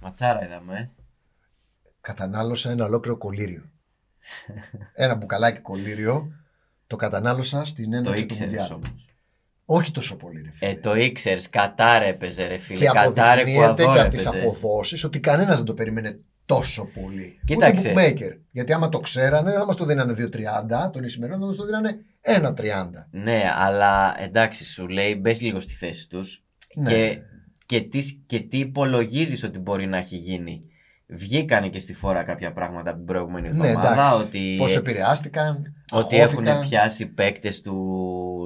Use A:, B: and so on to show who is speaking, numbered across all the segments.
A: Ματσάρα είδαμε. ε.
B: Κατανάλωσα ένα ολόκληρο κολλήριο. ένα μπουκαλάκι κολλήριο το κατανάλωσα στην
A: Το
B: έναρξη του
A: ήξερες
B: Μουντιάλ.
A: όμως.
B: Όχι τόσο πολύ, ρε φίλε.
A: Ε, το ήξερες. Κατάρ έπαιζε, ρε φίλε.
B: και
A: Κατάρ
B: αποδεικνύεται
A: Εκουαδόρ
B: και από τις
A: έπαιζε.
B: αποδόσεις ότι κανένας δεν το περίμενε τόσο πολύ.
A: Κοίταξε.
B: Ούτε οι bookmaker. Γιατί άμα το ξέρανε, δεν θα μας το δίνανε 2,30 τον Ισημερινό, θα μας το δίνανε 1,30.
A: Ναι, αλλά εντάξει, σου λέει μπες λίγο στη θέση τους.
B: Ναι.
A: Και, και, τις, και τι υπολογίζεις ότι μπορεί να έχει γίνει. Βγήκανε και στη φορά κάποια πράγματα από την προηγούμενη
B: Ναι,
A: εβδομάδα.
B: εντάξει.
A: ότι
B: Πώς επηρεάστηκαν,
A: ότι
B: αγχώθηκαν.
A: έχουν πιάσει παίκτες του,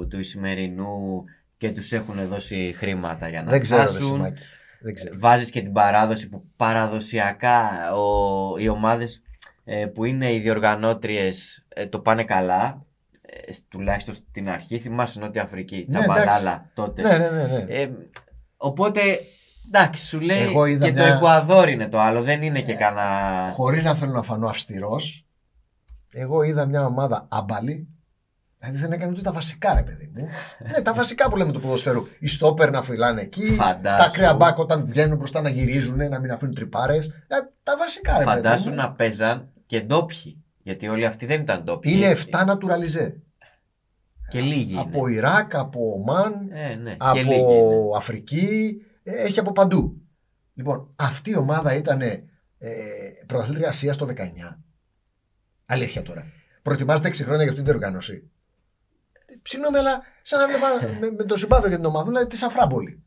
A: του Ισημερινού και τους έχουν δώσει χρήματα για να
B: Δεν ξέρω, ρε
A: χάσουν.
B: Σιμάκη. Δεν ξέρω.
A: Βάζεις και την παράδοση που παραδοσιακά ο, οι ομάδες ε, που είναι οι διοργανώτριες ε, το πάνε καλά, ε, σ- τουλάχιστον στην αρχή. Θυμάσαι Νότια Αφρική,
B: Ναι,
A: Τσαμπαλάλα τότε.
B: Ναι, ναι, ναι. ναι.
A: Ε, οπότε, εντάξει, σου λέει
B: Εγώ είδα
A: και το
B: μια-
A: Εκουαδόρ είναι το άλλο, δεν είναι και κανένα...
B: Χωρίς να θέλω να φανώ αυστηρός, εγώ είδα μια ομάδα άμπαλη. Δηλαδή δεν έκανε ούτε τα βασικά, ρε παιδί μου. ναι, τα βασικά που λέμε του ποδοσφαίρου. Οι στόπερ να φυλάνε εκεί.
A: Φαντάσου.
B: Τα ακραία μπακ όταν βγαίνουν μπροστά να γυρίζουν, να μην αφήνουν τρυπάρες. τα βασικά, ρε
A: Φαντάσου
B: παιδί μου.
A: να παίζαν και ντόπιοι. Γιατί όλοι αυτοί δεν ήταν ντόπιοι.
B: Είναι 7
A: ε,
B: νατουραλιζέ.
A: Και λίγοι. είναι.
B: Από Ιράκ, από Ομάν,
A: Ε, ναι. Και λίγοι. είναι.
B: από Αφρική. ε, Έχει από παντού. Λοιπόν, αυτή η ομάδα ήταν ε, πρωταθλήτρια Ασία το 19. Αλήθεια τώρα. Προετοιμάζεται 6 χρόνια για αυτή την διοργάνωση. Ε, Συγγνώμη, αλλά σαν να βλέπα με, με το συμπάθειο για την ομάδα, δηλαδή τη Αφράμπολη.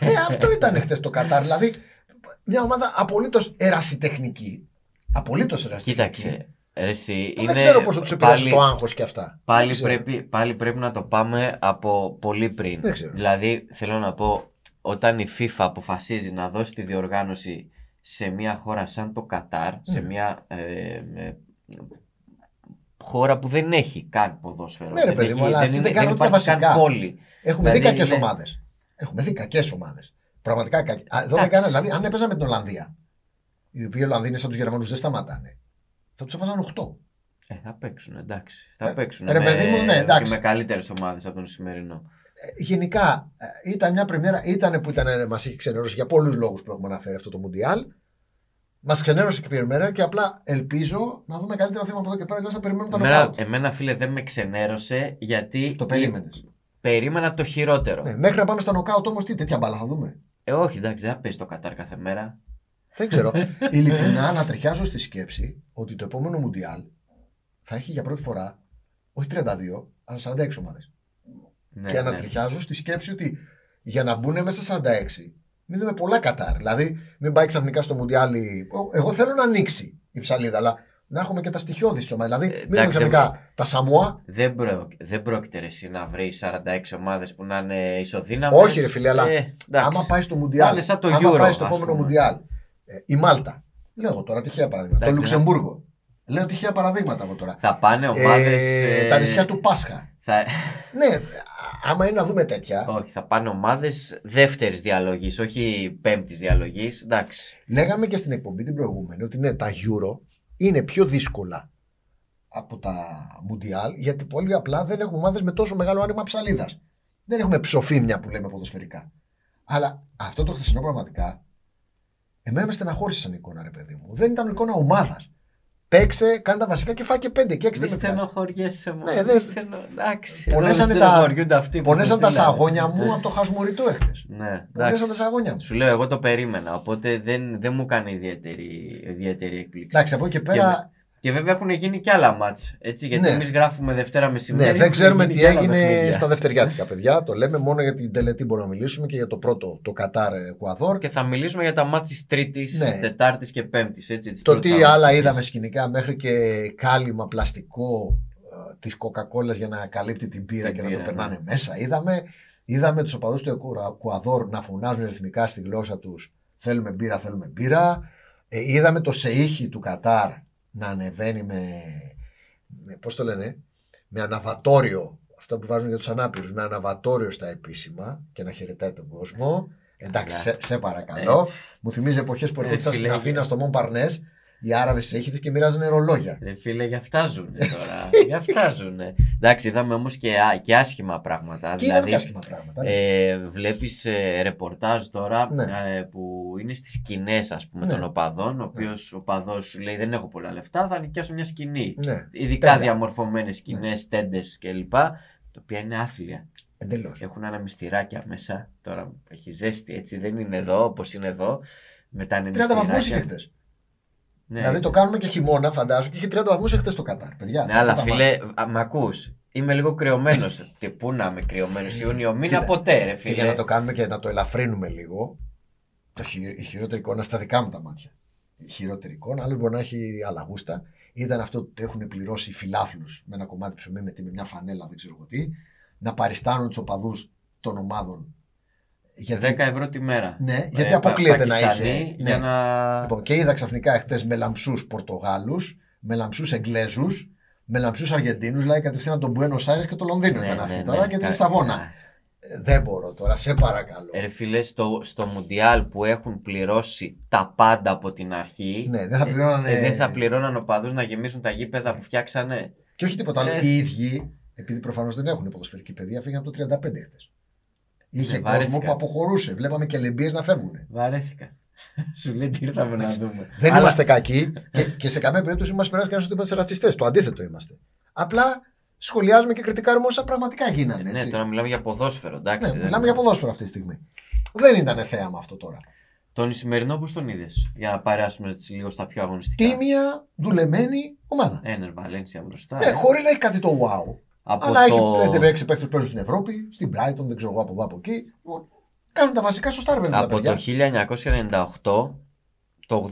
B: ε, αυτό ήταν χθες το Κατάρ. Δηλαδή, μια ομάδα απολύτως ερασιτεχνική. Απολύτως ερασιτεχνική.
A: Κοίταξε. Ρε, εσύ,
B: Που
A: είναι
B: Δεν ξέρω πόσο τους επηρεάζει
A: πάλι,
B: το άγχος και αυτά. Δεν
A: πάλι,
B: ξέρω.
A: πρέπει, πάλι πρέπει να το πάμε από πολύ πριν.
B: Δεν ξέρω.
A: Δηλαδή, θέλω να πω, όταν η FIFA αποφασίζει να δώσει τη διοργάνωση σε μια χώρα σαν το Κατάρ, σε
B: Ναι.
A: μια ε, ε, χώρα που δεν έχει καν ποδόσφαιρο.
B: Ναι, ρε παιδί μου,
A: έχει-
B: αλλά αυτοί
A: είναι-
B: δεν κάνουν ούτε τα
A: υπάρχει καν
B: βασικά.
A: πόλη.
B: Έχουμε
A: Δηλαδή,
B: δει κακέ
A: είναι-
B: ομάδες. Έχουμε δει κακέ ομάδες. Πραγματικά κακέ. Εδώ δεν
A: Εντάξει.
B: κάνανε, δηλαδή, αν έπαιζαν με την Ολλανδία, οι οποίοι Ολλανδοί είναι σαν τους Γερμανούς, δεν σταματάνε. Θα τους έβαζαν 8.
A: Ε, θα παίξουν, εντάξει. Θα
B: Ε,
A: παίξουν.
B: ρε
A: με-
B: παιδί μου, ναι, εντάξει.
A: Και με καλύτερες ομάδες από τον σημερινό.
B: Ε, Γενικά, ε, ήταν μια πρεμιέρα, ήταν που ήταν, μα έχει ξενερώσει για πολλούς λόγους που έχουμε αναφέρει αυτό το Μουντιάλ. Μας ξενέρωσε και η πρεμιέρα και απλά ελπίζω να δούμε καλύτερα θέμα από εδώ και πέρα και να περιμένουμε τα
A: Εμένα,
B: νοκάουτ.
A: εμένα, φίλε, δεν με ξενέρωσε γιατί.
B: Το περίμενες.
A: Περίμενα το χειρότερο.
B: Ναι, μέχρι να πάμε στα νοκάουτ όμως, τι τέτοια μπάλα θα δούμε.
A: Ε, όχι, εντάξει, δεν θα παίζει το Κατάρ κάθε μέρα.
B: Δεν ξέρω. Ειλικρινά να τριχιάζω στη σκέψη ότι το επόμενο Μουντιάλ θα έχει για πρώτη φορά όχι 32, αλλά 46 ομάδες.
A: Ναι,
B: και
A: ναι.
B: ανατριχιάζω στη σκέψη ότι για να μπουν μέσα 46, μην δούμε πολλά Κατάρ. Δηλαδή, μην πάει ξαφνικά στο Μουντιάλ. η- Ο- Εγώ θέλω να ανοίξει η ψαλίδα, αλλά να έχουμε και τα στοιχειώδη σώμα. Δηλαδή, μην δούμε
A: εντάξει,
B: ξαφνικά τα Σαμόα.
A: Δεν, πρόκ, δεν πρόκειται ρε, εσύ να βρεις 46 ομάδες που να είναι Ε, ισοδύναμες.
B: Όχι, ρε φίλε, αλλά άμα πάει στο Μουντιάλ.
A: Πάλι σαν το
B: άμα
A: Euro,
B: πάει στο
A: ας
B: επόμενο
A: πούμε.
B: Μουντιάλ. ε, η Μάλτα. Λέω εγώ τώρα τυχαία παραδείγματα.
A: Εντάξει, ναι.
B: το Λουξεμβούργο. Λέω τυχαία παραδείγματα εγώ τώρα.
A: Θα πάνε ομάδες.
B: Ε, τα νησιά του Πάσχα.
A: Θα...
B: Ναι, άμα είναι να δούμε τέτοια.
A: όχι, θα πάνε ομάδες δεύτερης διαλογής, όχι πέμπτης διαλογής. Εντάξει.
B: Λέγαμε και στην εκπομπή την προηγούμενη ότι ναι, τα Euro είναι πιο δύσκολα από τα Mundial γιατί πολύ απλά δεν έχουμε ομάδες με τόσο μεγάλο άνοιγμα ψαλίδας. Δεν έχουμε ψοφίμια που λέμε ποδοσφαιρικά. Αλλά αυτό το χθεσινό πραγματικά εμένα με στεναχώρησε σαν εικόνα, ρε παιδί μου. Δεν ήταν εικόνα ομάδας. Παίξε, κάνε τα βασικά και φάκε πέντε και έξι
A: Μη
B: δεν με πειράζει.
A: στενοχωριέσαι μόνο.
B: Ναι, δεν-
A: μη στενο- Εντάξει.
B: Πονέσανε
A: εδώ
B: τα-
A: στενοχωριούνται αυτοί που
B: Πονέσαν
A: το
B: τα
A: στείλανε.
B: σαγόνια μου από το χασμουριτό έχθε.
A: Ναι, εντάξει.
B: Πονέσαν τα σαγόνια μου.
A: Σου λέω, εγώ το περίμενα, οπότε δεν, δεν μου κάνει ιδιαίτερη, ιδιαίτερη έκπληξη.
B: Εντάξει, από εκεί και πέρα
A: Και βέβαια έχουν γίνει και άλλα μάτς, έτσι, γιατί
B: Ναι.
A: εμείς γράφουμε Δευτέρα μεσημέρι.
B: Ναι, δεν
A: έχουν
B: ξέρουμε
A: γίνει
B: τι
A: και άλλα
B: έγινε
A: παιχνίδια.
B: στα δευτεριάτικα, παιδιά. Το λέμε μόνο για την τελετή μπορούμε να μιλήσουμε και για το πρώτο, το Κατάρ ε, Εκουαδόρ.
A: Και θα μιλήσουμε για τα μάτς της Τρίτης,
B: Ναι.
A: Τετάρτης και Πέμπτης, έτσι. τις
B: Το
A: πρώτες
B: τι
A: αγωνιστικές.
B: άλλα είδαμε σκηνικά μέχρι και κάλυμα πλαστικό της Coca-Cola για να καλύπτει την πύρα
A: Την
B: και να
A: πύρα,
B: το
A: ναι.
B: περνάνε μέσα. Είδαμε, είδαμε τους οπαδούς του Εκουρα- Εκουαδόρ να φωνάζουν ρυθμικά στη γλώσσα τους Θέλουμε μπύρα, θέλουμε μπύρα. Ε, είδαμε το Σεήχη του Κατάρ να ανεβαίνει με. με πώς το λένε, με αναβατόριο. Αυτό που βάζουν για τους ανάπηρους. Με αναβατόριο στα επίσημα και να χαιρετάει τον κόσμο. Εντάξει,
A: Καλά.
B: σε, σε παρακαλώ.
A: Ναι. Έτσι.
B: Μου θυμίζει εποχές που
A: Έτσι
B: ερχόντουσαν στην
A: λέγε.
B: Αθήνα στο Μον Παρνές Οι Άραβε έχετε και μοιράζανε ρολόγια.
A: Ρε φίλε, για αυτά ζουνε τώρα. για αυτά ζουνε. Εντάξει, είδαμε όμως και, α- και άσχημα πράγματα.
B: Και είδαμε
A: δηλαδή,
B: και άσχημα πράγματα. ναι.
A: ε, βλέπεις ε, ρεπορτάζ τώρα
B: Ναι.
A: ε, που είναι στις σκηνές, ας πούμε,
B: Ναι.
A: των οπαδών. Ο οποίο οπαδό σου λέει: Δεν έχω πολλά λεφτά, θα νοικιάσω μια σκηνή.
B: Ναι,
A: Ειδικά
B: Τέντα. Ναι.
A: διαμορφωμένε σκηνές, τέντες κλπ. Τα οποία είναι άθλια.
B: εντελώς.
A: Έχουν αναμυστηράκια μέσα. Τώρα έχει ζέστη, έτσι δεν είναι εδώ όπως είναι εδώ. Μετά είναι
B: 30 βαθμού είχε
A: μυστηράκια.
B: χτες.
A: Ναι.
B: Δηλαδή το κάνουμε και χειμώνα, φαντάζομαι, και είχε 30 βαθμούς εχθές το Κατάρ. Παιδιά,
A: Ναι,
B: τα
A: αλλά
B: πάμε.
A: φίλε, α, μ' ακούς. Είμαι λίγο κρεωμένο. Τι πού να είμαι κρεωμένο, Ιούνιο μήνα
B: Κοίτα,
A: ποτέ, ρε
B: Και για να
A: φίλε.
B: το κάνουμε και να το ελαφρύνουμε λίγο, το χει- η χειρότερη εικόνα στα δικά μου τα μάτια. Η χειρότερη εικόνα, άλλο μπορεί να έχει άλλα γούστα, ήταν αυτό που το έχουν πληρώσει οι φιλάθλους με ένα κομμάτι ψωμί με, τη- με μια φανέλα, δεν ξέρω εγώ τι, να παριστάνουν τους οπαδούς των ομάδων. Γιατί,
A: 10 ευρώ τη μέρα.
B: Ναι,
A: Ε,
B: γιατί
A: Πα-
B: αποκλείεται να
A: Πακιστανοί,
B: είχε.
A: Για
B: ναι.
A: να...
B: Λοιπόν, και είδα ξαφνικά εχθές με λαμψού Πορτογάλου, με λαμψού Εγγλέζου, με λαμψού Αργεντίνου, δηλαδή κατευθείαν τον Μπουένο Άιρε και το Λονδίνο
A: Ναι,
B: ήταν
A: ναι,
B: αυτή
A: ναι,
B: τώρα και τη
A: κα-
B: Λισαβόνα. Ε, Δεν μπορώ τώρα, σε παρακαλώ.
A: Ε, Ρε φίλε, στο, στο Μουντιάλ που έχουν πληρώσει τα πάντα από την αρχή.
B: Ναι, δεν θα πληρώνανε.
A: Ε, δεν θα πληρώναν οπαδούς να γεμίσουν τα γήπεδα που φτιάξανε.
B: Και όχι τίποτα άλλο.
A: Ε.
B: Οι ίδιοι, επειδή προφανώς δεν έχουν ποδοσφαιρική παιδεία, φύγαν από το 35 χτε. Είχε κόσμο
A: βαρέθηκα.
B: που αποχωρούσε. Βλέπαμε και λεμπίε να φεύγουν.
A: Βαρέθηκα. Σου λέει τι ήρθαμε να δούμε.
B: Δεν
A: Αλλά-
B: είμαστε κακοί και, και σε καμία περίπτωση μας περάσει κανένας ότι είμαστε ρατσιστές. Το αντίθετο είμαστε. Απλά σχολιάζουμε και κριτικάρουμε όσα πραγματικά
A: Ε,
B: γίνανε.
A: Ναι,
B: Έτσι.
A: τώρα μιλάμε για ποδόσφαιρο, εντάξει.
B: Ναι,
A: δεν-
B: μιλάμε για ποδόσφαιρο αυτή τη στιγμή. Δεν ήταν θέαμα αυτό τώρα.
A: Τον σημερινό πώς τον είδες, για να παράσουμε έτσι λίγο στα πιο αγωνιστικά.
B: Τίμια, δουλεμένη ομάδα.
A: Ένερ Βαλένσια μπροστά.
B: Ναι,
A: ε.
B: χωρίς να έχει κάτι το wow.
A: από
B: αλλά
A: το...
B: έχει 5-6 παίχτε που παίζουν στην Ευρώπη, στην Brighton, δεν ξέρω εγώ από εδώ από εκεί. Κάνουν τα βασικά σωστά, ρε παιδιά. τα
A: από το
B: παιδιά.
A: 1998 το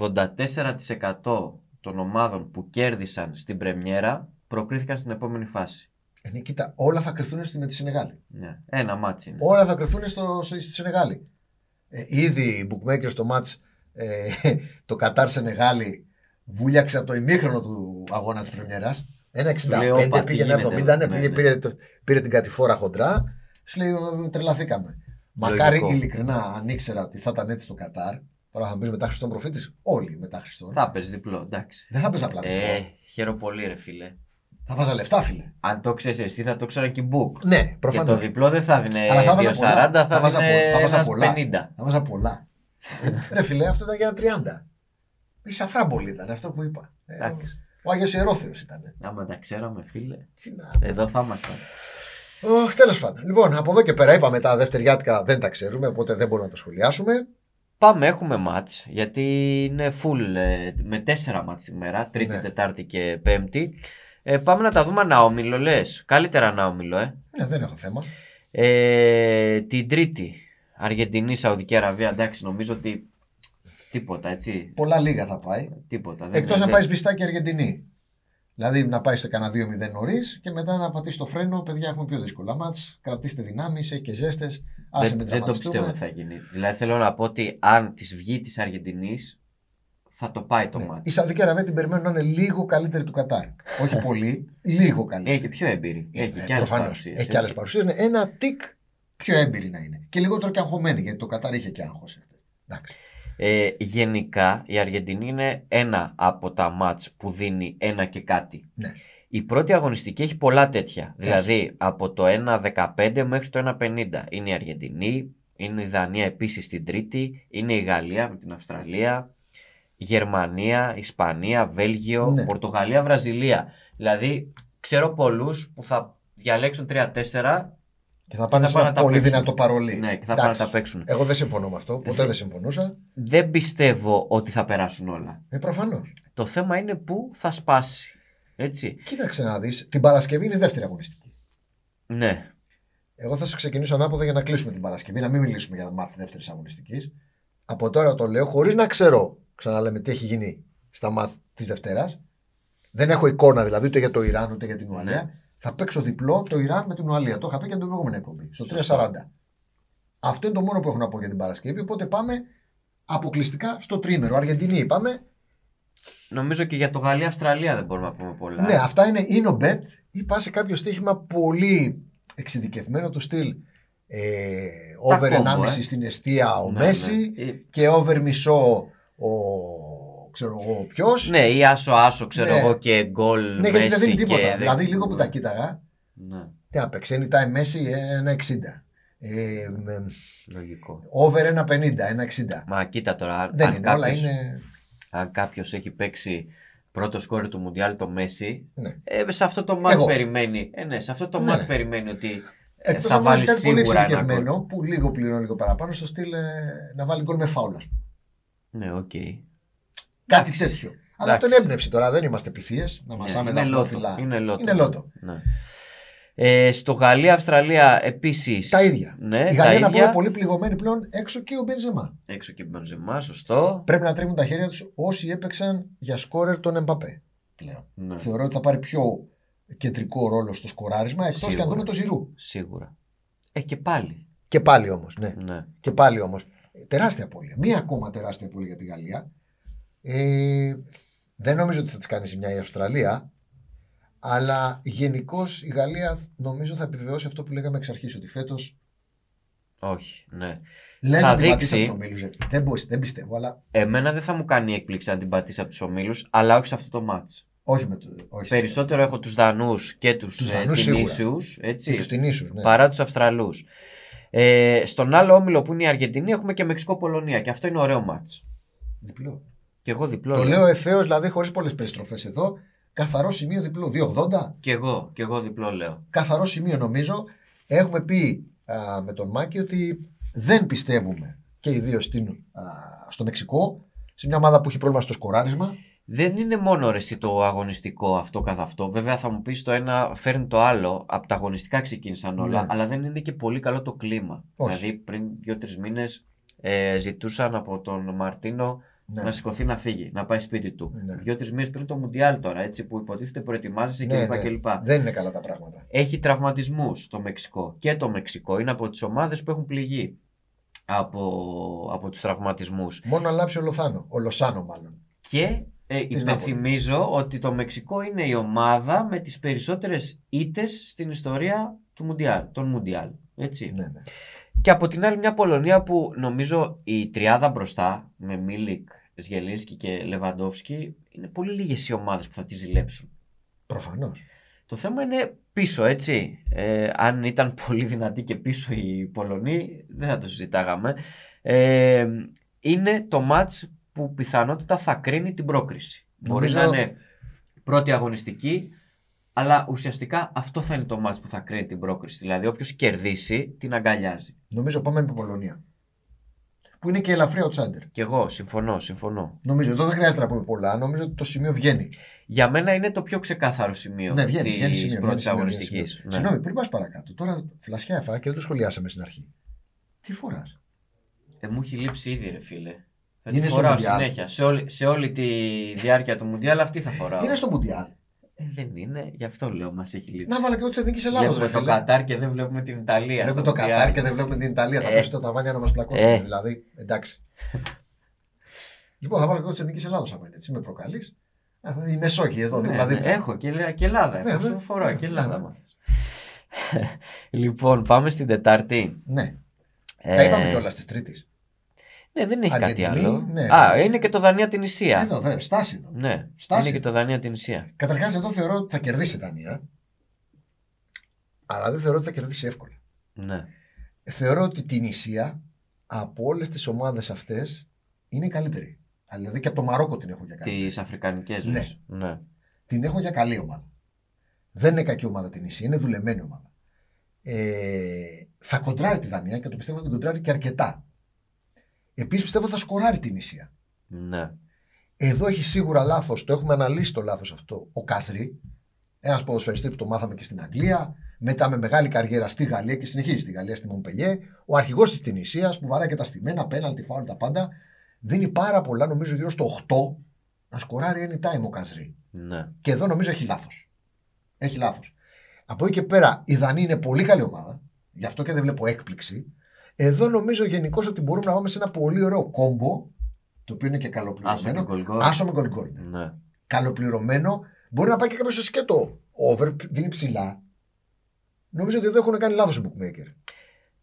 A: 84% των ομάδων που κέρδισαν στην Πρεμιέρα προκρίθηκαν στην επόμενη φάση.
B: Ε, ναι, κοίτα, όλα θα κρυφθούν στη, με τη Σενεγάλη.
A: Ναι. Ένα μάτσι είναι.
B: Όλα θα κρυφθούν στο, στη Σενεγάλη. Ε, ήδη οι bookmakers στο match ε, το Κατάρ Σενεγάλη βούλιαξε από το ημίχρονο του αγώνα της Πρεμιέρας. Ένα
A: Λέω,
B: 65,
A: όπα, τι
B: πήγε ένα 70,
A: γίνεται
B: ναι,
A: εδώ, ναι,
B: πήγε-
A: ναι.
B: Πήρε, το- πήρε την κατηφόρα χοντρά. Σου λέει, «Ε, τρελαθήκαμε. Μακάρι
A: Λογικό.
B: ειλικρινά αν ήξερα ότι θα ήταν έτσι το Κατάρ. Τώρα θα μπεις μετά Χριστόν προφήτης. Όλοι μετά Χριστόν.
A: Θα πες διπλό, εντάξει.
B: Δεν θα πες απλά.
A: Ε, χαίρο πολύ ρε φίλε.
B: Θα βάζα λεφτά, φίλε.
A: Αν το ξέρεις εσύ θα το ξέρα και η book.
B: Ναι,
A: Και
B: προφανώ.
A: το διπλό δεν θα δίνει
B: Αλλά θα
A: 2,40,
B: βάζα πολλά.
A: θα,
B: Θα βάζα
A: δίνε
B: πο- θα βάζα
A: ένας
B: πολλά.
A: 50.
B: Θα βάζα πολλά. Ρε φιλέ, αυτό ήταν για ένα 30. Η σαφράμπολη ήταν αυτό που είπα. Ε,
A: Εντάξει.
B: ο Άγιος Ιερόθεος ήταν.
A: Άμα τα ξέραμε φίλε,
B: Τι να...
A: εδώ θα ήμασταν.
B: Οχ, τέλος πάντων. Λοιπόν, από εδώ και πέρα είπαμε τα δευτεριάτικα δεν τα ξέρουμε, οπότε δεν μπορούμε να τα σχολιάσουμε.
A: Πάμε, έχουμε μάτς, γιατί είναι full ε, με τέσσερα μάτς τη μέρα, τρίτη,
B: Ναι.
A: τετάρτη και πέμπτη. Ε, πάμε να τα δούμε αναόμιλο, λες. Καλύτερα αναόμιλο, ε.
B: Ναι, δεν έχω θέμα.
A: ε την τρίτη, Αργεντινή, Σαουδική Αραβία, εντάξει, νομίζω ότι τίποτα, έτσι.
B: Πολλά λίγα θα πάει.
A: Τίποτα. δεν-
B: Εκτός να
A: δεν-
B: πάει σβηστά και Αργεντινή. Δηλαδή να πάει σε κανένα 2-0 νωρίς και μετά να πατήσει το φρένο. Παιδιά, έχουμε πιο δύσκολα μάτς. Κρατήστε δυνάμεις, έχει και ζέστες. Άσε
A: Δεν,
B: μην
A: δεν το πιστεύω
B: τραυματιστούμε.
A: ότι θα γίνει. Δηλαδή θέλω να πω ότι αν τη βγει της Αργεντινής, θα το πάει το
B: Ναι.
A: μάτς.
B: Η Σαουδική Αραβία την περιμένουν να είναι λίγο καλύτερη του Κατάρ. Όχι πολύ, λίγο καλύτερη.
A: Είναι και πιο έμπειρη. Έχει
B: Ε,
A: Ε. και άλλες
B: προφανώς.
A: παρουσίες.
B: Έχει και άλλες παρουσίες. Ναι. Ένα τικ πιο έμπειρη να είναι. Και λιγότερο και αγχωμένη, γιατί το Κατάρ είχε και άγχος. Εντάξει.
A: Ε, γενικά η Αργεντινή είναι ένα από τα μάτς που δίνει ένα και κάτι.
B: Ναι.
A: Η πρώτη αγωνιστική έχει πολλά τέτοια.
B: Έχει.
A: Δηλαδή από το 1.15 μέχρι το 1.50. Είναι η Αργεντινή, είναι η Δανία επίσης την Τρίτη, είναι η Γαλλία με την Αυστραλία, Γερμανία, Ισπανία, Βέλγιο,
B: Ναι.
A: Πορτογαλία, Βραζιλία. Δηλαδή ξέρω πολλούς που θα διαλέξουν 3-4
B: Και θα πάνε
A: Θα
B: σε
A: πάνε
B: ένα
A: να τα
B: πολύ
A: παίξουν.
B: δυνατό παρολί.
A: ναι, και θα πάνε να
B: Εντάξει.
A: τα παίξουν.
B: Εγώ δεν συμφωνώ με αυτό. Ποτέ
A: Ε,
B: δεν συμφωνούσα.
A: Δεν πιστεύω ότι θα περάσουν όλα.
B: Ε, Προφανώς.
A: Το θέμα είναι πού θα σπάσει. Έτσι.
B: Κοίταξε να δεις. Την Παρασκευή είναι η δεύτερη αγωνιστική.
A: Ναι.
B: Εγώ θα σα ξεκινήσω ανάποδα για να κλείσουμε την Παρασκευή, να μην μιλήσουμε για μάθη δεύτερης αγωνιστικής. Από τώρα το λέω χωρίς να ξέρω, ξαναλέμε, τι έχει γίνει στα μάθη της Δευτέρας. Δεν έχω εικόνα δηλαδή ούτε για το Ιράν ούτε για την Ουαλία. Θα παίξω διπλό το Ιράν με την Ουαλία. Το είχα πει και την προηγούμενη εκπομπή, στο 3.40. Αυτό είναι το μόνο που έχω να πω για την Παρασκευή. Οπότε πάμε αποκλειστικά στο τρίμερο. Αργεντινή είπαμε.
A: Νομίζω και για το Γαλλία-Αυστραλία δεν μπορούμε να πούμε πολλά.
B: Ναι, αυτά είναι ίνο bet ή πα σε κάποιο στοίχημα πολύ εξειδικευμένο του στυλ. Ε,
A: Τα
B: over
A: κόμπο,
B: 1,5
A: ε.
B: στην αιστεία ο
A: Ναι,
B: Μέση
A: ναι. Ε,
B: και over μισό ο ξέρω εγώ ποιος.
A: Ναι, ή άσο άσο, ξέρω
B: Ναι.
A: εγώ, και γκολ
B: Ναι, γιατί δεν
A: Μέση
B: δίνει τίποτα.
A: και...
B: Δηλαδή, λίγο που τα κοίταγα,
A: Ναι,
B: τι να παίξει, anytime Messi ένα 60. Ε, με-
A: λογικό.
B: over ένα 50, ένα 60.
A: Μα κοίτα τώρα, αν-
B: Δεν
A: αν,
B: είναι, όλα
A: κάποιος,
B: είναι.
A: αν κάποιος έχει παίξει πρώτο σκόρ του Μουντιάλ το Μέση,
B: Ναι.
A: ε, σε αυτό το μάτς
B: Εγώ.
A: περιμένει. Ε, ναι, σε αυτό το
B: Ναι.
A: μάτς περιμένει ότι ε,
B: Εκτό
A: θα
B: αν βάλει
A: βάλει
B: κάτι πολύ
A: σίγουρα ένα γκολ.
B: εξειδικευμένο που λίγο πληρώνει λίγο παραπάνω στο στυλ ε, να βάλει γκολ με φάουλα.
A: Ναι, οκ.
B: Κάτι
A: Εντάξει.
B: τέτοιο. Αλλά αυτό είναι έμπνευση τώρα, δεν είμαστε πυθίε. Να
A: Ναι,
B: μασάμε
A: είναι
B: τα
A: λότο,
B: φυλά.
A: Είναι λότο.
B: Είναι λότο.
A: Ναι. Ε, στο Γαλλία-Αυστραλία επίσης...
B: Τα ίδια.
A: Ναι,
B: Η
A: τα
B: Γαλλία να
A: ίδια.
B: πούμε πολύ πληγωμένη πλέον έξω και ο Μπενζεμά.
A: Έξω και Μπενζεμά, σωστό.
B: Πρέπει να τρέχουν τα χέρια τους όσοι έπαιξαν για σκόρερ τον Εμπαπέ πλέον.
A: Ναι,
B: Θεωρώ ότι θα πάρει πιο κεντρικό ρόλο στο σκοράρισμα εκτός και αν
A: Σίγουρα.
B: δούμε το Ζηρού.
A: σίγουρα. Ε, και πάλι.
B: Και πάλι όμως, ναι.
A: Ναι.
B: Και πάλι όμως. Τεράστια απώλεια. Μία ακόμα τεράστια απώλεια για τη Γαλλία. Ε, δεν νομίζω ότι θα τη κάνει ζημιά η Αυστραλία. Αλλά γενικώς η Γαλλία νομίζω θα επιβεβαιώσει αυτό που λέγαμε εξ αρχής. Ότι φέτος
A: Όχι, ναι.
B: λες
A: Θα
B: να την πατήσεις
A: δείξει.
B: από τους ομίλους. Δεν, μπορείς, δεν πιστεύω, αλλά
A: Εμένα δεν θα μου κάνει έκπληξη να την πατήσεις από τους ομίλους, αλλά όχι σε αυτό το μάτς.
B: όχι με το. Όχι
A: Περισσότερο έχω τους Δανούς και τους
B: Τους
A: ε,
B: Δανούς σίγουρα.
A: Τινήσιους, έτσι.
B: Τους την ίσου. Ναι.
A: παρά τους Αυστραλούς. Ε, στον άλλο όμιλο που είναι η Αργεντινή έχουμε και Μεξικό-Πολωνία και αυτό είναι ωραίο μάτς.
B: Διπλό.
A: Και εγώ διπλό.
B: Το
A: λέω.
B: λέω ευθέως, δηλαδή χωρίς πολλές περιστροφές εδώ. Καθαρό σημείο διπλό. 2,80.
A: Και εγώ, και εγώ διπλό λέω.
B: καθαρό σημείο νομίζω. Έχουμε πει α, με τον Μάκη ότι δεν πιστεύουμε και οι δύο στην, α, στο Μεξικό, σε μια ομάδα που έχει πρόβλημα στο σκοράρισμα.
A: Δεν είναι μόνο ρε εσύ το αγωνιστικό αυτό καθ' αυτό. Βέβαια θα μου πεις το ένα φέρνει το άλλο. Από τα αγωνιστικά ξεκίνησαν όλα.
B: Ναι.
A: Αλλά δεν είναι και πολύ καλό το κλίμα.
B: Όχι.
A: Δηλαδή πριν δύο-τρει μήνες ε, ζητούσαν από τον Μαρτίνο
B: Ναι.
A: να σηκωθεί να φύγει, να πάει σπίτι του.
B: Ναι.
A: Δύο-τρει μήνες πριν το Μουντιάλ τώρα, έτσι που υποτίθεται προετοιμάζεσαι
B: Ναι,
A: κλπ.
B: ναι.
A: κλπ.
B: Δεν είναι καλά τα πράγματα.
A: Έχει τραυματισμούς το Μεξικό. Και το Μεξικό είναι από τις ομάδες που έχουν πληγεί από, από τους τραυματισμούς.
B: Μόνο αλλάψει ο Λοθάνο. Ο Λοσάνο, μάλλον.
A: Και ε,
B: Της
A: υπενθυμίζω ότι το Μεξικό είναι η ομάδα με τις περισσότερες ήτες στην ιστορία του Μουντιάλ, των Μουντιάλ. Έτσι.
B: Ναι, ναι.
A: Και από την άλλη μια Πολωνία που νομίζω η τριάδα μπροστά με Μίλικ, Σγελίνσκι και Λεβαντόφσκι είναι πολύ λίγες οι ομάδες που θα τη ζηλέψουν.
B: Προφανώς.
A: Το θέμα είναι πίσω, έτσι. Ε, αν ήταν πολύ δυνατή και πίσω οι Πολωνοί, δεν θα το συζητάγαμε. Ε, είναι το μάτς που πιθανότητα θα κρίνει την πρόκριση. Μπορεί
B: Νομίζω-
A: να είναι πρώτη αγωνιστική, αλλά ουσιαστικά αυτό θα είναι το μάτς που θα κρίνει την πρόκριση. Δηλαδή, όποιος κερδίσει, την αγκαλιάζει.
B: Νομίζω πάμε με Πολωνία. Που είναι και ελαφριά ο Τσάντερ.
A: Κι εγώ συμφωνώ, συμφωνώ.
B: Νομίζω εδώ δεν χρειάζεται να πούμε πολλά. Νομίζω ότι το σημείο βγαίνει.
A: Για μένα είναι το πιο ξεκάθαρο σημείο
B: Ναι, βγαίνει. βγαίνει
A: Ε, της
B: σημείο,
A: πρώτης
B: βγαίνει σημείο, βγαίνει
A: αγωνιστικής.
B: σημείο.
A: Ναι.
B: Συγγνώμη, πριν πας παρακάτω. Τώρα φλασιά έφαγα και δεν το σχολιάσαμε στην αρχή. Τι φοράς.
A: Ε, μου έχει λείψει ήδη, ρε φίλε. Θα τη
B: Είναι στο
A: φοράω
B: Μουντιάλ.
A: συνέχεια. Σε όλη, σε όλη τη διάρκεια του Μουντιάλ αυτή θα φοράω.
B: Είναι στο Μουντιάλ.
A: Ε, δεν είναι, γι' αυτό λέω, μας έχει λείψει.
B: Να βάλα και εγώ της Εθνικής Ελλάδα.
A: βλέπουμε το Κατάρ και δεν βλέπουμε την Ιταλία.
B: Βλέπουμε
A: στο
B: το
A: Μουντιάλ.
B: Κατάρ και δεν βλέπουμε την Ιταλία. Θα
A: Ε.
B: πέσουν τα ταβάνια να μας πλακώσουν.
A: Ε.
B: Δηλαδή, εντάξει. λοιπόν, θα βάλω και εγώ της Εθνικής Ελλάδα άμα είναι έτσι. Με προκαλείς. Η Μεσόγειο εδώ,
A: Ναι,
B: δίπλα
A: ναι,
B: δίπλα.
A: έχω και, λέ- και Ελλάδα.
B: δηλαδή- Ναι,
A: έχω,
B: ναι.
A: σου φοράω και
B: Ναι,
A: Ελλάδα.
B: ναι.
A: μάθες. λοιπόν, πάμε στην Τετάρτη.
B: Ναι,
A: Ε,
B: τα είπαμε κιόλας της Τρίτης.
A: Ναι, δεν έχει κάτι
B: Αργεντινή,
A: άλλο.
B: ναι.
A: Α, είναι και το Δανία την Ισία.
B: Εδώ, δε, στάση εδώ.
A: Ναι,
B: Στάση.
A: είναι και το Δανία την Ισία.
B: Καταρχάς, εδώ θεωρώ ότι θα κερδίσει η Δανία. Αλλά δεν θεωρώ ότι θα κερδίσει εύκολα.
A: Ναι.
B: Θεωρώ ότι την Ισία από όλες τις ομάδες αυτές είναι η καλύτερη. Α, Δηλαδή και από το Μαρόκο την έχω για καλή.
A: Τις Αφρικανικές
B: Ναι.
A: ναι.
B: την έχω για καλή ομάδα. Δεν είναι κακή ομάδα την Ισία, είναι δουλεμένη ομάδα. Ε, θα κοντράρει τη Δανία και το πιστεύω θα την κοντράρει και αρκετά. Επίσης πιστεύω θα σκοράρει την Ισία.
A: ναι.
B: Εδώ έχει σίγουρα λάθος, το έχουμε αναλύσει το λάθος αυτό. Ο Κασρί, ένας ποδοσφαιριστής που το μάθαμε και στην Αγγλία, μετά με μεγάλη καριέρα στη Γαλλία και συνεχίζει στη Γαλλία, στη Μομπελιέ, ο αρχηγός της Τινησία που βαράει και τα στημένα, πέναλτι, φάουλ τα πάντα, δίνει πάρα πολλά, νομίζω γύρω στο 8, να σκοράρει anytime ο Κασρί.
A: ναι.
B: Και εδώ νομίζω έχει λάθος. Έχει λάθος. Από εκεί και πέρα, η Δανή είναι πολύ καλή ομάδα. Γι' αυτό και δεν βλέπω έκπληξη. Εδώ νομίζω γενικώς ότι μπορούμε να πάμε σε ένα πολύ ωραίο κόμπο. Το οποίο είναι
A: Άσο
B: και
A: και
B: καλοπληρωμένο.
A: γκολ γκολ.
B: Άσο με γκολ γκολ. ναι.
A: Ναι.
B: Καλοπληρωμένο. Μπορεί να πάει και κάποιος σε σκέτο. Over δίνει ψηλά. Νομίζω ότι εδώ έχουν κάνει λάθος οι bookmaker.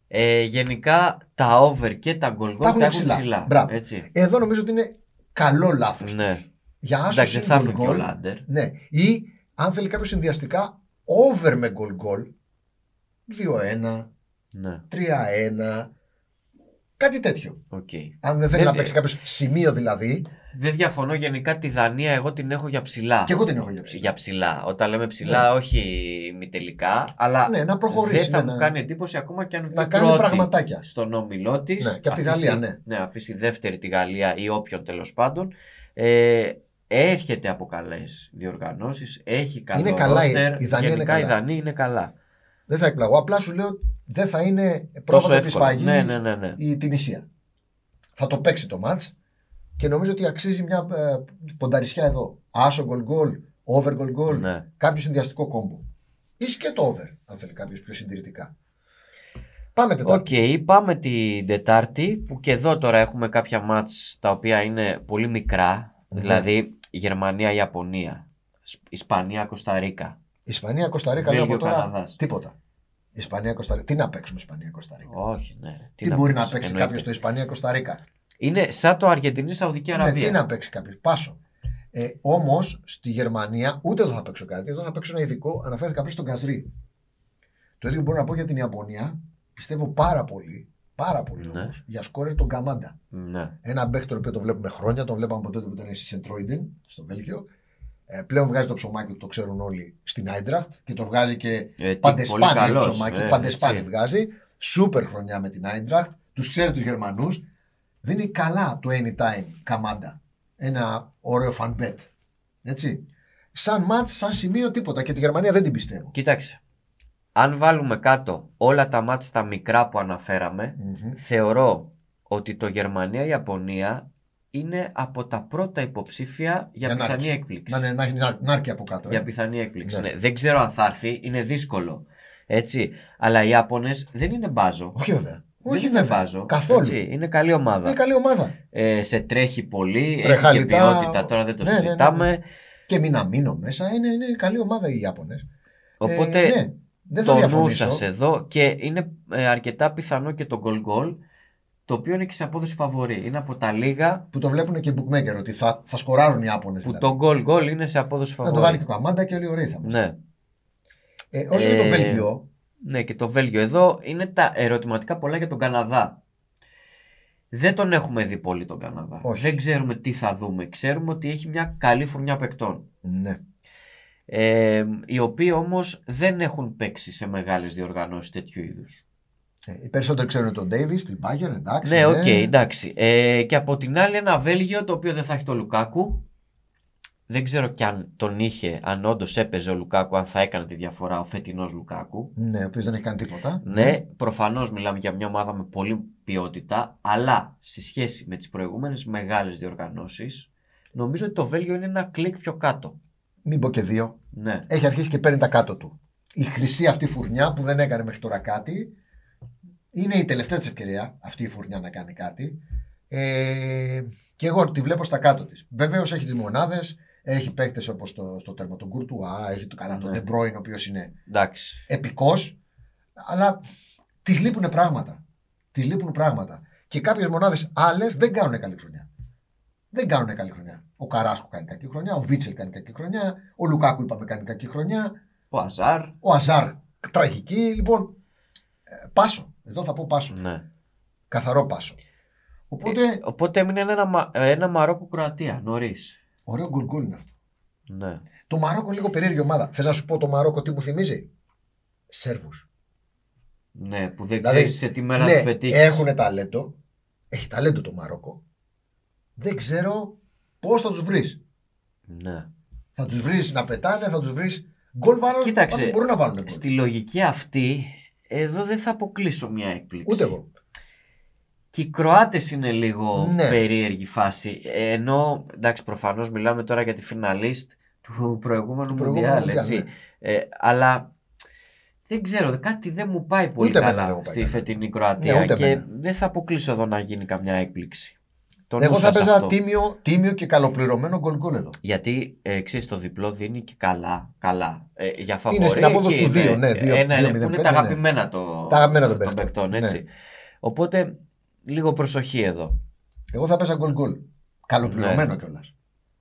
A: Ε, γενικά τα over και τα goal goal τα έχουν ψηλά.
B: Μπράβο.
A: έτσι.
B: Εδώ νομίζω ότι είναι καλό λάθος.
A: Ναι.
B: Για
A: Εντάξει,
B: άσο
A: δεν θα
B: ή
A: βρουν και ο
B: γκολ.
A: Λάντερ.
B: Ναι. Ή αν θέλει κάποιος συνδυαστικά over με γκολ γκολ. 2-1,
A: Ναι,
B: 3-1. Κάτι τέτοιο.
A: οκ.
B: Αν δεν θέλει
A: Δεν-
B: να παίξει κάποιος σημείο δηλαδή.
A: Δεν διαφωνώ γενικά τη Δανία, εγώ την έχω για ψηλά.
B: Και εγώ την έχω για ψηλά.
A: Για ψηλά. Όταν λέμε ψηλά, όχι μη τελικά, αλλά
B: Ναι, να προχωρήσει.
A: δεν θα
B: ναι,
A: μου
B: να-
A: κάνει εντύπωση ακόμα και αν βγει
B: να κάνει
A: πρώτη
B: πραγματάκια.
A: στον όμιλό της.
B: Ναι, και απ' τη Γαλλία, ναι.
A: Ναι, αφήσει δεύτερη τη Γαλλία ή όποιον τέλος πάντων. Ε, έρχεται από καλές διοργανώσεις, έχει καλό
B: Είναι καλά,
A: roster,
B: η- η Δανία
A: γενικά η
B: είναι καλά.
A: Δανία είναι καλά.
B: Δεν θα εκπλαγώ. Απλά σου λέω δεν θα είναι πρόβατο τη φαγή
A: Ναι, ναι, ναι. ναι.
B: η Τινησία. Θα το παίξει το μάτς και νομίζω ότι αξίζει μια ε, πονταρισιά εδώ. Άσο γκολ γκολ, over γκολ γκολ,
A: Ναι.
B: κάποιο συνδυαστικό κόμπο. Ίσως και το over, αν θέλει κάποιος πιο συντηρητικά. Πάμε Τετάρτη.
A: Οκ, πάμε την Τετάρτη που και εδώ τώρα έχουμε κάποια μάτς τα οποία είναι πολύ μικρά.
B: Ναι.
A: Δηλαδή Γερμανία-Ιαπωνία, Σ- Ισπανία-Κωνσταντίνα.
B: Ισπανία, Κωνσταντίνα, λέω από
A: Βέλγιο,
B: τώρα
A: Καναδάς.
B: τίποτα. Ισπανία, Κωνσταντίνα. Τι να παίξουμε Ισπανία, Κωνσταντίνα.
A: Όχι, ναι.
B: Τι, μπορεί να
A: πεις,
B: παίξει
A: εννοείται.
B: κάποιο στο Ισπανία, Κωνσταντίνα.
A: Είναι σαν το Αργεντινή-Σαουδική
B: Ναι, τι
A: Αραβία.
B: να παίξει κάποιος. Πάσο. Ε, Όμως στη Γερμανία ούτε εδώ θα παίξω κάτι. Εδώ θα παίξω ένα ειδικό. Αναφέρθηκα πριν στον Καζρί. Το ίδιο μπορώ να πω για την Ιαπωνία. Πιστεύω πάρα πολύ, πάρα πολύ
A: Ναι.
B: όμως, για σκόρερ τον Καμάντα.
A: Ναι.
B: Ένα μπέχτο τον οποίο το βλέπουμε χρόνια, τον βλέπαμε από τότε που ήταν στη Σεντρόιντεν, στο Βέλγιο. Ε, πλέον βγάζει το ψωμάκι του, το ξέρουν όλοι, στην Άιντραχτ και το βγάζει και
A: Ε, τι, πολύ
B: παντεσπάνι το
A: καλός,
B: ψωμάκι.
A: ε,
B: παντεσπάνι
A: έτσι.
B: βγάζει. Σούπερ χρονιά με την Άιντραχτ. Τους ξέρει τους Γερμανούς. Δίνει καλά το anytime καμάντα. Ένα ωραίο fan bet. Έτσι. Σαν μάτ, σαν σημείο τίποτα και τη Γερμανία δεν την πιστεύω.
A: Κοίταξε. Αν βάλουμε κάτω όλα τα μάτς τα μικρά που αναφέραμε,
B: Μμμ.
A: θεωρώ ότι το Γερμανία-Ιαπωνία είναι από τα πρώτα υποψήφια για,
B: Για να
A: πιθανή
B: έρθει.
A: έκπληξη.
B: Να, είναι- να έχει νάρ- νάρκη από κάτω. ε.
A: Για πιθανή έκπληξη.
B: Ναι.
A: Ναι. Δεν ξέρω αν θα έρθει, είναι δύσκολο. Έτσι. Αλλά οι Ιάπωνες δεν είναι μπάζο.
B: Όχι βέβαια.
A: δεν
B: Όχι
A: είναι
B: βέβαια.
A: μπάζο.
B: Καθόλου.
A: Έτσι. Είναι καλή ομάδα.
B: Είναι καλή ομάδα.
A: Ε, σε τρέχει πολύ, έχει και
B: Τρεχαλιτά.
A: ποιότητα. Τώρα δεν το
B: Ναι, ναι, ναι, ναι.
A: συζητάμε.
B: Και μην μείνω μέσα. Είναι, είναι καλή ομάδα οι Ιάπωνες.
A: Οπότε
B: ναι. Δεν θα
A: το νου
B: διαφωνήσω.
A: σας εδώ και είναι ε, αρκετά πιθανό και το γκολ γκολ. Το οποίο είναι και σε απόδοση φαβορή. Είναι από τα λίγα
B: Που το βλέπουν και οι bookmaker ότι θα, θα σκοράρουν οι δηλαδή. Ιάπωνε.
A: που το γκολ γκολ είναι σε απόδοση
B: Να
A: φαβορή.
B: το βάλει και ο Καμάντα και όλοι ωραίοι θα είμαστε.
A: Ναι.
B: Ε, όσο για το
A: Ε,
B: Βέλγιο,
A: Ναι, και το Βέλγιο εδώ είναι τα ερωτηματικά πολλά για τον Καναδά. Δεν τον έχουμε δει πολύ τον Καναδά.
B: Όχι.
A: Δεν ξέρουμε τι θα δούμε. Ξέρουμε ότι έχει μια καλή φουρνιά παικτών.
B: ναι.
A: Ε, οι οποίοι όμως δεν έχουν παίξει σε μεγάλες διοργανώσεις τέτοιου είδους.
B: Ε, οι περισσότεροι ξέρουν τον Ντέιβι, την Bayern, εντάξει.
A: Ναι, οκ, εντάξει. Ε, και από την άλλη ένα Βέλγιο το οποίο δεν θα έχει τον Λουκάκου. Δεν ξέρω κι αν τον είχε, αν όντως έπαιζε ο Λουκάκου, αν θα έκανε τη διαφορά ο φετινός Λουκάκου.
B: Ναι, ο οποίος δεν έχει κάνει τίποτα.
A: Ναι, προφανώς μιλάμε για μια ομάδα με πολλή ποιότητα, αλλά σε σχέση με τις προηγούμενες μεγάλες διοργανώσεις, νομίζω ότι το Βέλγιο είναι ένα κλικ πιο κάτω.
B: Μην πω και δύο.
A: Ναι.
B: Έχει αρχίσει και παίρνει τα κάτω του. Η χρυσή αυτή φουρνιά που δεν έκανε μέχρι τώρα κάτι. Είναι η τελευταία της ευκαιρία αυτή η φουρνιά να κάνει κάτι. Ε, και εγώ τη βλέπω στα κάτω της. Βεβαίως έχει τις μονάδες, έχει παίχτε όπως το, στο τέρμα τον Κουρτουά, έχει το καλά τον
A: Ναι.
B: Ντεμπρόιν, ο οποίος είναι
A: Εντάξει.
B: επικός, αλλά της λείπουν πράγματα. Της λείπουν πράγματα. Και κάποιες μονάδες άλλες δεν κάνουν καλή χρονιά. Δεν κάνουν καλή χρονιά. Ο Καράσκο κάνει κακή χρονιά, ο Βίτσελ κάνει κακή χρονιά, ο Λουκάκου είπαμε κάνει κακή χρονιά,
A: Ο Αζάρ.
B: ο Αζάρ τραγική. Λοιπόν, ε, πάσο. Εδώ θα πω πάσο.
A: Ναι.
B: Καθαρό πάσο. Οπότε,
A: Οπότε έμεινε ένα, Μα- ένα Μαρόκο-Κροατία νωρίς.
B: ωραίο γκολ γκολ είναι αυτό.
A: Ναι.
B: Το Μαρόκο λίγο περίεργη ομάδα. Θες να σου πω το Μαρόκο τι μου θυμίζει. Σέρβους.
A: Ναι, που δεν
B: Δηλαδή,
A: ξέρεις σε τι μέρα
B: ναι,
A: ναι, πετύχει.
B: έχουν ταλέντο. Έχει ταλέντο το Μαρόκο. Δεν ξέρω πώς θα τους βρεις.
A: Ναι.
B: Θα τους βρεις να πετάνε, θα τους βρεις. Γκολ βάλουν.
A: Κοίταξε,
B: πάντως Μπορούν να βάλουν. γκολ.
A: Στη λογική αυτή, εδώ δεν θα αποκλείσω μια έκπληξη.
B: Ούτε εγώ.
A: Και οι Κροάτες είναι λίγο
B: Ναι.
A: περίεργη φάση. Ε, Ενώ εντάξει, προφανώς μιλάμε τώρα για τη φιναλίστ του προηγούμενου
B: προηγούμενου
A: Μουντιάλ.
B: Μουντιάλ,
A: έτσι.
B: ναι.
A: Ε, αλλά δεν ξέρω, κάτι δεν μου πάει πολύ
B: Ούτε εμένα δεν
A: καλά
B: μου πάει
A: στη
B: καλά.
A: φετινή Κροατία.
B: Ναι, ούτε
A: και
B: εμένα.
A: δεν θα αποκλείσω εδώ να γίνει καμιά έκπληξη. Το νου
B: Εγώ θα
A: σας
B: παίζα
A: αυτό.
B: τίμιο, τίμιο και καλοπληρωμένο γκολ γκολ εδώ.
A: Γιατί ε, ξέρεις, το διπλό δίνει και καλά. καλά. Ε, για φαβορή,
B: Είναι στην απόδοση
A: εκεί
B: τους
A: είναι
B: δύο, ναι, δύο-
A: ένα,
B: δύο
A: που
B: μηδέν
A: είναι
B: πέντε,
A: τα
B: ναι.
A: αγαπημένα, το,
B: Τα αγαπημένα των
A: των
B: παιχτών,
A: παικτών.
B: ναι.
A: Έτσι. Οπότε λίγο προσοχή εδώ.
B: Εγώ θα παίζα γκολ γκολ.
A: Ναι.
B: Καλοπληρωμένο κιόλα.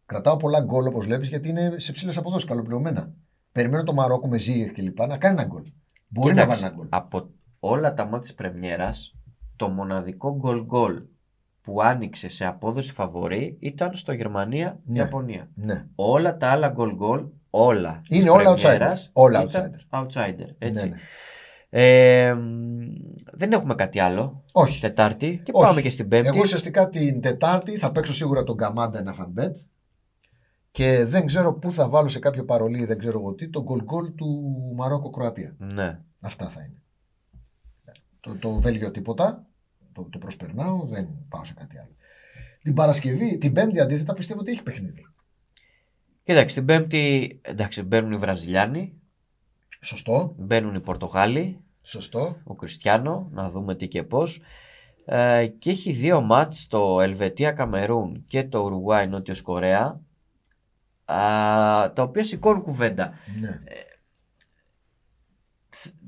B: Κρατάω πολλά γκολ όπως βλέπεις γιατί είναι σε ψηλές αποδόσεις. Καλοπληρωμένα. Περιμένω το Μαρόκο με Ζήγερ και λοιπά να κάνει ένα γκολ. Μπορεί να βάλει
A: Κοίταξε,
B: ένα γκολ.
A: από όλα τα μάτια της πρεμιέρας, το μοναδικό γκολ γκολ που άνοιξε σε απόδοση φαβορή ήταν στο Γερμανία-Ιαπωνία.
B: Ναι.
A: Όλα τα άλλα γκολ γκολ, όλα της
B: Είναι όλα
A: πρεμιέρας
B: outsider. Όλα
A: ήταν outsider, έτσι.
B: Ναι, ναι.
A: Ε, μ, δεν έχουμε κάτι άλλο.
B: Όχι.
A: Τετάρτη και
B: Όχι.
A: πάμε και στην Πέμπτη.
B: Εγώ ουσιαστικά την Τετάρτη θα παίξω σίγουρα τον Καμάντα ένα φανμπέτ και δεν ξέρω πού θα βάλω σε κάποιο παρολί, δεν ξέρω εγώ τι, το γκολ γκολ του Μαρόκο-Κροατία.
A: Ναι.
B: Αυτά θα είναι. Το, το Βέλγιο τίποτα, το, το προσπερνάω, δεν πάω σε κάτι άλλο. Την Παρασκευή, την Πέμπτη αντίθετα πιστεύω ότι έχει παιχνίδι.
A: Κοίταξε, την Πέμπτη εντάξει, μπαίνουν οι Βραζιλιάνοι,
B: Σωστό,
A: μπαίνουν οι Πορτογάλοι,
B: σωστό.
A: ο Κριστιανό, να δούμε τι και πώς. Ε, και έχει δύο μάτς το Ελβετία Καμερούν και το Ουρουάι Νότιος Κορέα, α, τα οποία σηκώνουν κουβέντα.
B: Ναι.
A: Ε,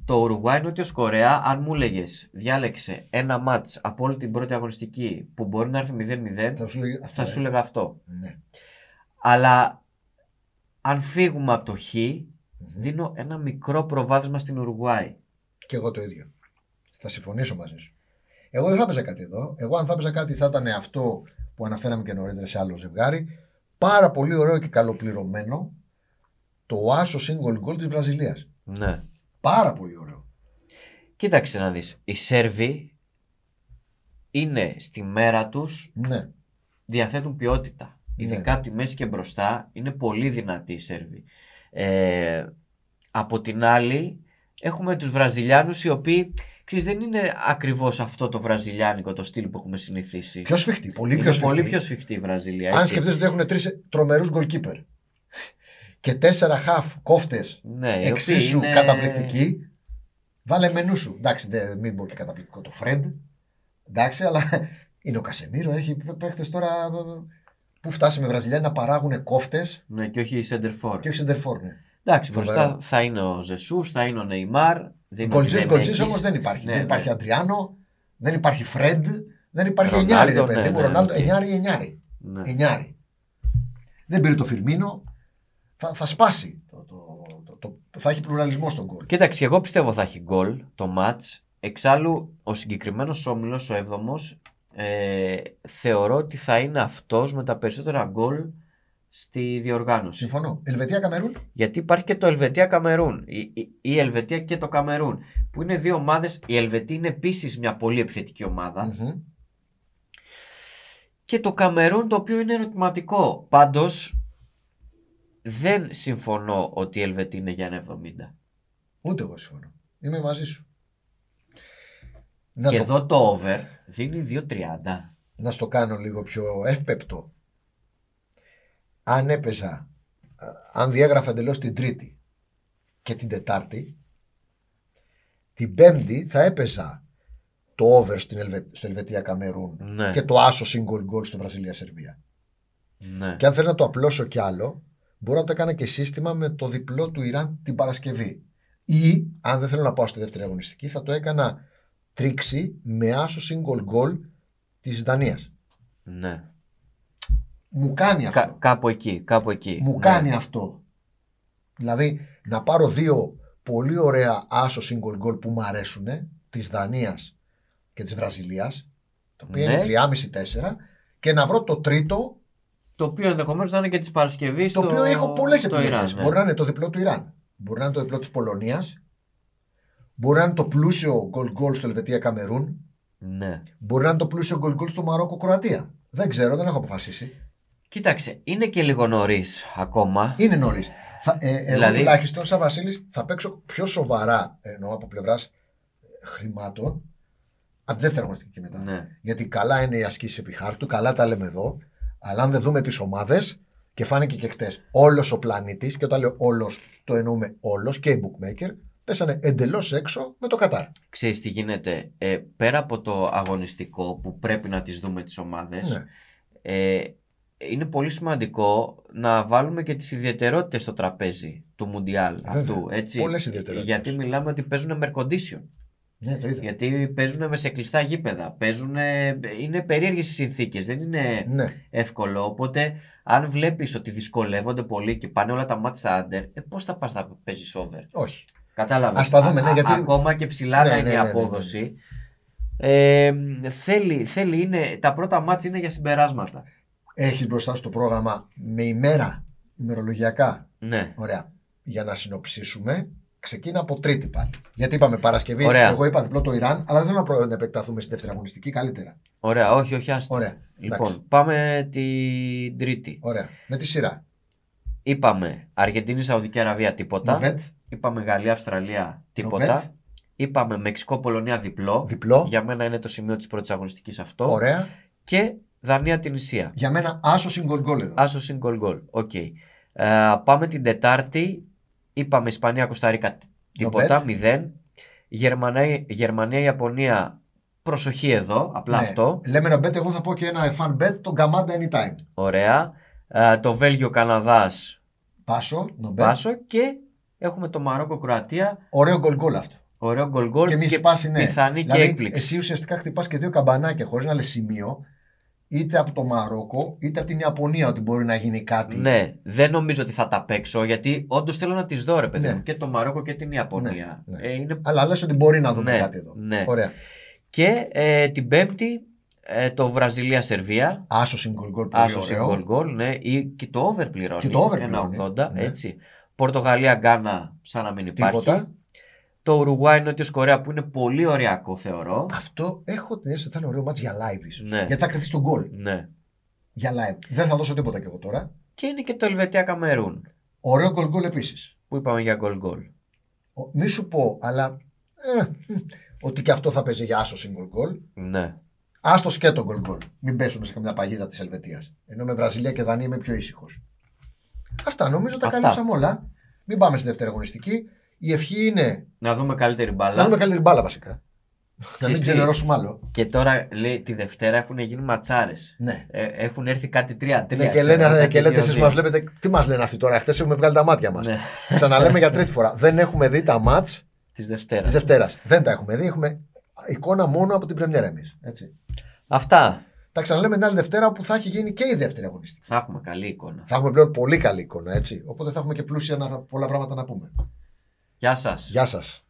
A: Το Ουρουάι Νότιος Κορέα, αν μου έλεγε, διάλεξε ένα μάτς από όλη την πρώτη αγωνιστική που μπορεί να έρθει 0-0,
B: Θα σου λέγε αυτό.
A: θα
B: ε.
A: σου έλεγα αυτό.
B: Ναι.
A: Αλλά αν φύγουμε από το Χ,
B: Μμμ.
A: δίνω ένα μικρό προβάδισμα στην Ουρουάη.
B: Και εγώ το ίδιο. Θα συμφωνήσω μαζί σου. Εγώ δεν θα έπαιζα κάτι εδώ. Εγώ, αν θα έπαιζα κάτι, θα ήταν αυτό που αναφέραμε και νωρίτερα σε άλλο ζευγάρι. Πάρα πολύ ωραίο και καλοπληρωμένο το άσο single goal της Βραζιλίας.
A: Ναι.
B: Πάρα πολύ ωραίο.
A: Κοίταξε να δεις. Οι Σέρβοι είναι στη μέρα τους,
B: Ναι.
A: διαθέτουν ποιότητα.
B: Ναι.
A: Ειδικά από τη μέση και μπροστά είναι πολύ δυνατοί οι Σέρβοι. Ε, από την άλλη έχουμε τους Βραζιλιάνους οι οποίοι ξέρεις, δεν είναι ακριβώς αυτό το βραζιλιάνικο το στυλ που έχουμε συνηθίσει.
B: Πιο σφιχτή. Πολύ
A: είναι
B: πιο σφιχτή.
A: πολύ πιο σφιχτή η Βραζιλία.
B: αν
A: έτσι.
B: σκεφτείτε ότι έχουν τρεις τρομερούς goalkeeper και τέσσερα half κόφτες
A: Ναι, οι οποίοι
B: εξίσου
A: είναι-
B: καταπληκτικοί, βάλε μενού σου. Εντάξει, δεν, μην πω και καταπληκτικό το Φρεντ. Εντάξει, αλλά είναι ο Κασεμίρο, έχει παίχτε τώρα που φτάσαμε Βραζιλιάνοι να παράγουν κόφτες
A: Ναι, και όχι η Σέντερφόρ.
B: και όχι ναι. σεντερφόρνε.
A: Εντάξει,
B: Φοβερό.
A: μπροστά θα είναι ο Ζεσούς, θα είναι ο Νεϊμάρ. Δεν είναι ότι
B: Γκολτζή,
A: δεν
B: γκολτζή
A: έχεις.
B: όμως δεν υπάρχει.
A: Ναι,
B: δεν
A: ναι.
B: υπάρχει Αντριάνο, δεν υπάρχει Φρεντ, δεν υπάρχει
A: Ρονάλντο,
B: Ενιάρη, ρε
A: ναι,
B: παιδί μου.
A: ναι,
B: Ρονάλντο,
A: οκ.
B: Ενιάρη, Ενιάρη.
A: Ναι.
B: Εννιάρη. Δεν πήρε το Φιρμίνο. Θα, θα σπάσει. Το, το, το, το- θα έχει πλουραλισμό στον κόλ.
A: Κοίταξε, εγώ πιστεύω θα έχει γκολ το match. Εξάλλου, ο συγκεκριμένος όμιλος, ο 7ο, ε, θεωρώ ότι θα είναι αυτός με τα περισσότερα γκολ στη διοργάνωση.
B: Συμφωνώ. Ελβετία Καμερούν.
A: Γιατί υπάρχει και το Ελβετία Καμερούν. Η, η, η Ελβετία και το Καμερούν. Που είναι δύο ομάδες. Η Ελβετία είναι επίσης μια πολύ επιθετική ομάδα.
B: Μμμ.
A: και το Καμερούν το οποίο είναι ερωτηματικό. Πάντως δεν συμφωνώ ότι η Ελβετία είναι για ένα 70.
B: Ούτε εγώ συμφωνώ. Είμαι μαζί σου. Να,
A: και
B: το,
A: εδώ το over δίνει 2.30.
B: να στο κάνω λίγο πιο εύπεπτο. Αν έπαιζα, α, αν διέγραφα εντελώς την Τρίτη και την Τετάρτη, την Πέμπτη θα έπαιζα το over στην Ελβε- στο Ελβετία Καμερούν
A: Ναι.
B: και το άσο single goal στο Βραζιλία Σερβία.
A: Ναι.
B: Και αν θέλω να το απλώσω κι άλλο, μπορώ να το έκανα και σύστημα με το διπλό του Ιράν την Παρασκευή. Ή, αν δεν θέλω να πάω στη δεύτερη αγωνιστική, θα το έκανα τρίξη με άσο single goal της Δανίας.
A: ναι.
B: Μου κάνει αυτό.
A: Κα- κάπου εκεί, κάπου εκεί.
B: Μου
A: Ναι.
B: κάνει αυτό. Δηλαδή, να πάρω δύο πολύ ωραία άσο single goal που μου αρέσουν, της Δανίας και της Βραζιλίας, το οποίο
A: Ναι.
B: είναι 3,5-4, και να βρω το τρίτο,
A: Το οποίο ενδεχομένως να είναι και της Παρασκευής.
B: το οποίο έχω πολλές επιλογέ.
A: επιλογές.
B: Μπορεί να είναι το διπλό του Ιράν. Μπορεί να είναι το διπλό της Πολωνίας. Μπορεί να είναι το πλούσιο γκολ γκολ στο Ελβετία Καμερούν.
A: ναι.
B: Μπορεί να είναι το πλούσιο γκολ γκολ στο Μαρόκο Κροατία. Δεν ξέρω, δεν έχω αποφασίσει.
A: Κοίταξε, είναι και λίγο νωρίς ακόμα.
B: Είναι νωρίς. Ε, εγώ
A: Δηλαδή-
B: τουλάχιστον σαν Βασίλης θα παίξω πιο σοβαρά ενώ από πλευράς χρημάτων από τη δεύτερη αγωνιστική και μετά.
A: Ναι.
B: Γιατί καλά είναι οι ασκήσεις επί χάρτου, καλά τα λέμε εδώ. Αλλά αν δεν δούμε τις ομάδες, και φάνηκε και χτες, όλος ο πλανήτης, και όταν λέω όλος, το εννοούμε όλος και οι bookmaker, πέσανε εντελώς έξω με το Κατάρ.
A: Ξέρεις τι γίνεται. Ε, πέρα από το αγωνιστικό που πρέπει να τις δούμε τις ομάδες,
B: Ναι.
A: ε, είναι πολύ σημαντικό να βάλουμε και τις ιδιαιτερότητες στο τραπέζι του Μουντιάλ
B: Βέβαια.
A: αυτού, έτσι.
B: Πολλές ιδιαιτερότητες.
A: Γιατί μιλάμε ότι παίζουν με air condition.
B: Ναι, το είδα.
A: Γιατί παίζουν μες σε κλειστά γήπεδα. Παίζουν, είναι περίεργες οι συνθήκες. Δεν είναι
B: Ναι.
A: εύκολο. Οπότε, αν βλέπεις ότι δυσκολεύονται πολύ και πάνε όλα τα μάτσα under, ε, πώς θα πας να παίζεις over.
B: Όχι.
A: Κατάλαβες.
B: Ας τα δούμε, ναι, γιατί-
A: Ακόμα και ψηλά
B: Ναι,
A: να
B: ναι,
A: είναι η
B: ναι, ναι, ναι.
A: απόδοση. Ε, θέλει, θέλει είναι, τα πρώτα μάτς είναι για συμπεράσματα.
B: Έχεις μπροστά σου το πρόγραμμα με ημέρα, ημερολογιακά.
A: Ναι.
B: Ωραία. Για να συνοψίσουμε, ξεκίνα από Τρίτη πάλι. Γιατί είπαμε Παρασκευή,
A: Ωραία.
B: εγώ είπα διπλό το Ιράν, αλλά δεν θέλω να προ- να επεκταθούμε στη δεύτερη αγωνιστική καλύτερα.
A: Ωραία, όχι, όχι, άστα.
B: Ωραία.
A: Λοιπόν,
B: Εντάξει.
A: πάμε την Τρίτη.
B: Ωραία. Με τη σειρά.
A: Είπαμε Αργεντινή, Σαουδική Αραβία τίποτα.
B: No bet.
A: Είπαμε Γαλλία, Αυστραλία τίποτα.
B: No bet.
A: Είπαμε Μεξικό, Πολωνία διπλό.
B: Διπλό.
A: Για μένα είναι το σημείο της πρώτης αγωνιστικής αυτό.
B: Ωραία.
A: Και Δανία, την Ισία.
B: Για μένα άσο συγκολ εδώ.
A: Άσο συν γκολ γκολ. Οκ. Ε, πάμε την Τετάρτη. Είπαμε Ισπανία, Κωνσταντίνα τίποτα.
B: bet.
A: Μηδέν. Γερμανία, Γερμανία, Ιαπωνία. Προσοχή εδώ. Απλά
B: Ναι.
A: αυτό.
B: Λέμε ένα bet, εγώ θα πω και ένα fan bet, τον Καμάντα anytime.
A: Ωραία. Ε, το Βέλγιο, Καναδάς.
B: Πάσο, no bet.
A: Πάσο. Και έχουμε το Μαρόκο, Κροατία.
B: Ωραίο γκολ γκολ αυτό.
A: Ωραίο γκολ γκολ
B: και μη σπάσει, ναι.
A: πιθανή
B: δηλαδή,
A: και έκπληξη.
B: Εσύ ουσιαστικά χτυπάς και δύο καμπανάκια χωρίς να λες σημείο, είτε από το Μαρόκο, είτε από την Ιαπωνία ότι μπορεί να γίνει κάτι.
A: Ναι, δεν νομίζω ότι θα τα παίξω γιατί όντως θέλω να τις δω, ρε παιδί
B: Ναι.
A: μου. Και το Μαρόκο και την Ιαπωνία.
B: Ναι, ναι.
A: Ε, είναι...
B: Αλλά λες ότι μπορεί να δούμε
A: Ναι,
B: κάτι εδώ.
A: ναι.
B: Ωραία.
A: Και ε, την Πέμπτη ε, το Βραζιλία-Σερβία.
B: Άσο γκολ γκολ. πολύ
A: Άσο σε
B: ωραίο.
A: γκολ γκολ, ναι. Ή, και το over πληρώνει.
B: Και το over
A: ένα
B: πληρώνει,
A: 80,
B: ναι.
A: έτσι. Πορτογαλία-Γκάνα, σαν να μην υπάρχει.
B: Τίποτα.
A: Το Ουρουγουάι-Νότιο Κορέα που είναι πολύ ωραιακό, θεωρώ.
B: Αυτό έχω την αίσθηση ότι θα είναι ωραίο μάτς για live ίσως.
A: Ναι.
B: Γιατί θα κρυφτεί τον γκολ.
A: Ναι.
B: Για live. Δεν θα δώσω τίποτα κι εγώ τώρα.
A: Και είναι και το Ελβετία-Καμερούν
B: Ωραίο γκολ γκολ επίσης.
A: που είπαμε για γκολ γκολ.
B: Μη σου πω, αλλά. Ε, ότι και αυτό θα παίζει για άσο single goal.
A: Ναι.
B: Άστο και τον γκολ γκολ. Μην πέσουμε σε καμιά παγίδα της Ελβετίας. Ενώ με Βραζιλία και Δανία είμαι πιο ήσυχος. Αυτά νομίζω τα
A: Αυτά.
B: καλύψαμε όλα. Μην πάμε στη δεύτερη αγωνιστική. Η ευχή είναι.
A: Να δούμε καλύτερη μπαλά.
B: Να δούμε καλύτερη μπάλα βασικά. Να
A: Ξέρεις
B: μην
A: τι?
B: ξενερώσουμε άλλο.
A: Και τώρα λέει τη Δευτέρα έχουν γίνει ματσάρες.
B: Ναι.
A: Ε, έχουν έρθει κάτι τρία-τρία.
B: Ναι, και,
A: ξέρω,
B: λένε,
A: κάτι
B: και λέτε
A: δύο-δύο.
B: εσεί μας βλέπετε, τι μας λένε αυτοί τώρα, αυτές έχουμε βγάλει τα μάτια μας.
A: Ναι,
B: Ξαναλέμε για τρίτη φορά. Δεν έχουμε δει τα μάτ
A: της Δευτέρας.
B: της Δευτέρας. Δεν τα έχουμε δει. Έχουμε εικόνα μόνο από την Πρεμιέρα εμείς.
A: Αυτά.
B: Τα ξαναλέμε την άλλη Δευτέρα που θα έχει γίνει και η δεύτερη αγωνιστική.
A: Θα έχουμε καλή εικόνα.
B: Θα έχουμε πλέον πολύ καλή εικόνα, έτσι. Οπότε θα έχουμε και πλούσια να, πολλά πράγματα να πούμε.
A: Γεια σας.
B: Γεια σας.